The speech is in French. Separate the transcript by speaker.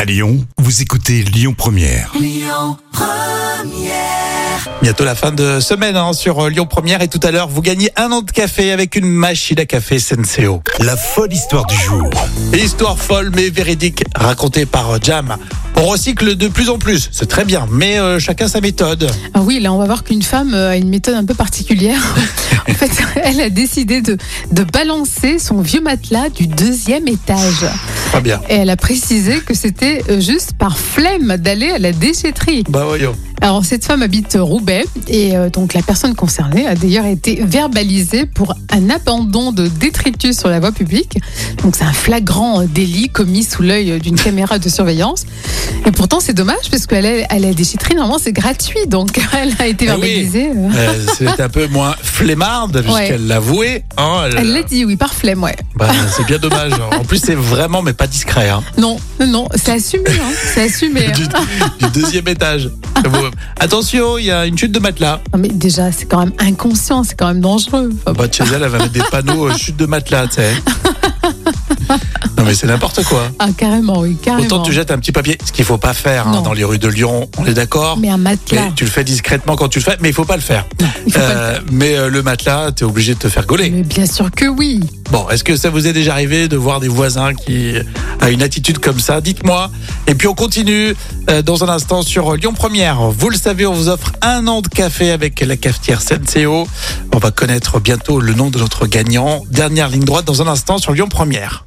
Speaker 1: À Lyon, vous écoutez Lyon Première.
Speaker 2: Bientôt la fin de semaine hein, sur euh, Lyon Première et tout à l'heure vous gagnez un an de café avec une machine à café Senseo.
Speaker 1: La folle histoire du jour.
Speaker 2: Histoire folle mais véridique racontée par euh, Jam. On recycle de plus en plus, c'est très bien, mais euh, chacun sa méthode.
Speaker 3: Ah oui, là, on va voir qu'une femme euh, a une méthode un peu particulière. en fait, elle a décidé de, de balancer son vieux matelas du deuxième étage.
Speaker 2: Pas bien.
Speaker 3: Et elle a précisé que c'était euh, juste par flemme d'aller à la déchetterie.
Speaker 2: Bah voyons.
Speaker 3: Alors, cette femme habite Roubaix et euh, donc la personne concernée a d'ailleurs été verbalisée pour un abandon de détritus sur la voie publique. Donc, c'est un flagrant euh, délit commis sous l'œil euh, d'une caméra de surveillance. Et pourtant, c'est dommage parce qu'elle est à la déchetterie, normalement, c'est gratuit. Donc, elle a été
Speaker 2: Ah oui.
Speaker 3: verbalisée. euh.
Speaker 2: Euh, c'est un peu moins flemmarde puisqu'elle l'avouait. hein, elle-
Speaker 3: Elle l'a dit, oui, par flemme, ouais.
Speaker 2: bah, c'est bien dommage. En plus c'est vraiment mais pas discret. Hein.
Speaker 3: Non, non, non, c'est assumé, hein, c'est assumé.
Speaker 2: Du, du deuxième étage. Bon, Attention, il y a une chute de matelas.
Speaker 3: Non, mais déjà, c'est quand même inconscient, c'est quand même dangereux.
Speaker 2: En bas de chez elle, elle va mettre des panneaux euh, chute de matelas, tu sais. Non mais c'est n'importe quoi.
Speaker 3: Ah, carrément, oui, carrément.
Speaker 2: Autant tu jettes un petit papier, ce qu'il faut pas faire hein,
Speaker 3: Non.
Speaker 2: dans les rues de Lyon, on est d'accord.
Speaker 3: Mais un matelas.
Speaker 2: Mais tu le fais discrètement quand tu le fais, mais il faut pas le faire.
Speaker 3: il faut pas le
Speaker 2: Euh, mais euh, le matelas, t'es obligé de te faire gauler.
Speaker 3: Mais bien sûr que oui.
Speaker 2: Bon, est-ce que ça vous est déjà arrivé de voir des voisins qui euh, a une attitude comme ça Dites-moi. Et puis on continue euh, dans un instant sur Lyon Première. Vous le savez, on vous offre un an de café avec la cafetière Senseo. On va connaître bientôt le nom de notre gagnant. Dernière ligne droite dans un instant sur Lyon Première.